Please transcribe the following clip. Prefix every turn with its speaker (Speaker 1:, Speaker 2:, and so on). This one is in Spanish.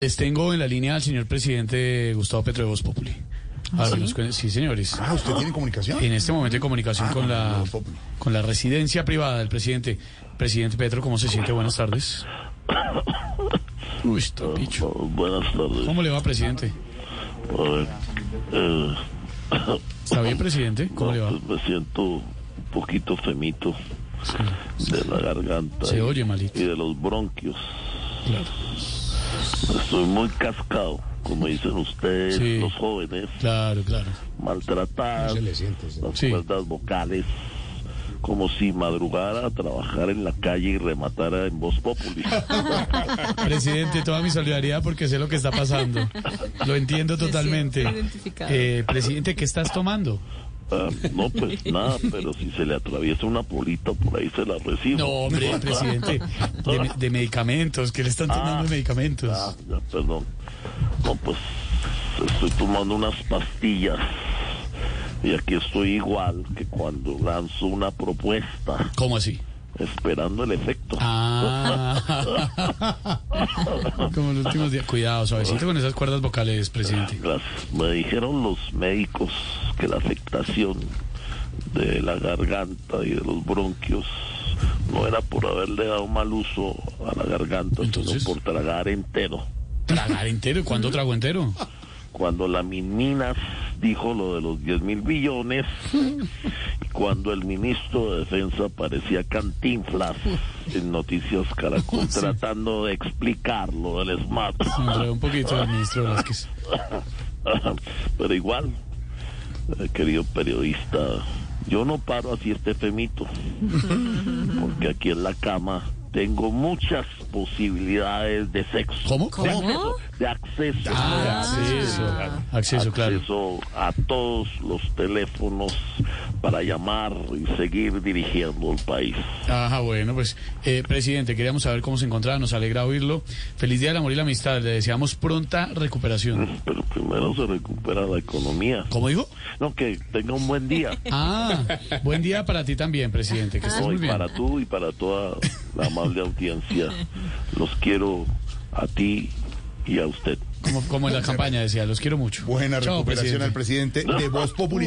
Speaker 1: Les tengo en la línea al señor presidente Gustavo Petro de Voz Populi. A ver, nos cuen- ¿sí? señores.
Speaker 2: Ah, ¿usted tiene comunicación?
Speaker 1: En este momento en comunicación
Speaker 2: Ah,
Speaker 1: con la
Speaker 2: Voz Populi.
Speaker 1: con la residencia privada del presidente. Presidente Petro, ¿cómo se siente? Buenas tardes. Uy, está picho.
Speaker 3: Oh, Buenas tardes.
Speaker 1: ¿Cómo le va, presidente?
Speaker 3: A ver, eh,
Speaker 1: ¿Está bien, presidente? ¿Cómo le va?
Speaker 3: pues me siento un poquito femito
Speaker 1: Sí,
Speaker 3: de la garganta
Speaker 1: Se
Speaker 3: y,
Speaker 1: oye malito.
Speaker 3: y de los bronquios.
Speaker 1: Claro.
Speaker 3: Estoy muy cascado, como dicen ustedes,
Speaker 1: Sí.
Speaker 3: los jóvenes,
Speaker 1: Claro, claro.
Speaker 3: maltratadas,
Speaker 2: Se le siente. se le-
Speaker 3: las
Speaker 1: Sí.
Speaker 3: cuerdas vocales, como si madrugara a trabajar en la calle y rematara en voz populi.
Speaker 1: Presidente, toda mi solidaridad porque sé lo que está pasando. Lo entiendo totalmente.
Speaker 4: siento identificado.
Speaker 1: Eh, presidente, ¿qué estás tomando?
Speaker 3: Ah, no, pues nada, pero si se le atraviesa una polita, por ahí se la recibo.
Speaker 1: No, hombre, presidente, de, me- de medicamentos, que le están tomando de medicamentos.
Speaker 3: Ah, ya, perdón. No, pues estoy tomando unas pastillas. Y aquí estoy igual que cuando lanzo una propuesta,
Speaker 1: ¿Cómo así?
Speaker 3: esperando el efecto.
Speaker 1: Ah, como los últimos días. Cuidado, suavecito con esas cuerdas vocales, presidente.
Speaker 3: Gracias. Me dijeron los médicos que la afectación de la garganta y de los bronquios no era por haberle dado mal uso a la garganta,
Speaker 1: Entonces.
Speaker 3: sino por tragar entero.
Speaker 1: Tragar entero, ¿cuándo trago entero?
Speaker 3: cuando la Minminas dijo lo de los 10 mil billones, y cuando el ministro de Defensa parecía cantinflas en Noticias Caracol
Speaker 1: Sí.
Speaker 3: tratando de explicar lo del SMAT.
Speaker 1: Hombre, un poquito del ministro Velázquez.
Speaker 3: Pero igual, eh, querido periodista, yo no paro así este femito, porque aquí en la cama tengo muchas posibilidades de sexo.
Speaker 1: ¿Cómo?
Speaker 3: De
Speaker 1: ¿Cómo?
Speaker 3: acceso. De acceso.
Speaker 1: Ah, acceso. Acceso, claro.
Speaker 3: acceso a todos los teléfonos para llamar y seguir dirigiendo el país.
Speaker 1: Ajá, bueno, pues, eh, presidente, queríamos saber cómo se encontraba, nos alegra oírlo. Feliz Día del Amor y la Amistad, le deseamos pronta recuperación.
Speaker 3: Pero primero se recupera la economía.
Speaker 1: ¿Cómo dijo?
Speaker 3: No, que tenga un buen día.
Speaker 1: Ah, buen día para ti también, presidente, que estés muy
Speaker 3: Hoy
Speaker 1: bien.
Speaker 3: para tú y para toda la amable audiencia. Los quiero a ti y a usted.
Speaker 1: Como, como en la campaña decía, los quiero mucho.
Speaker 2: Buena
Speaker 1: Chao,
Speaker 2: recuperación al presidente de Voz Populi.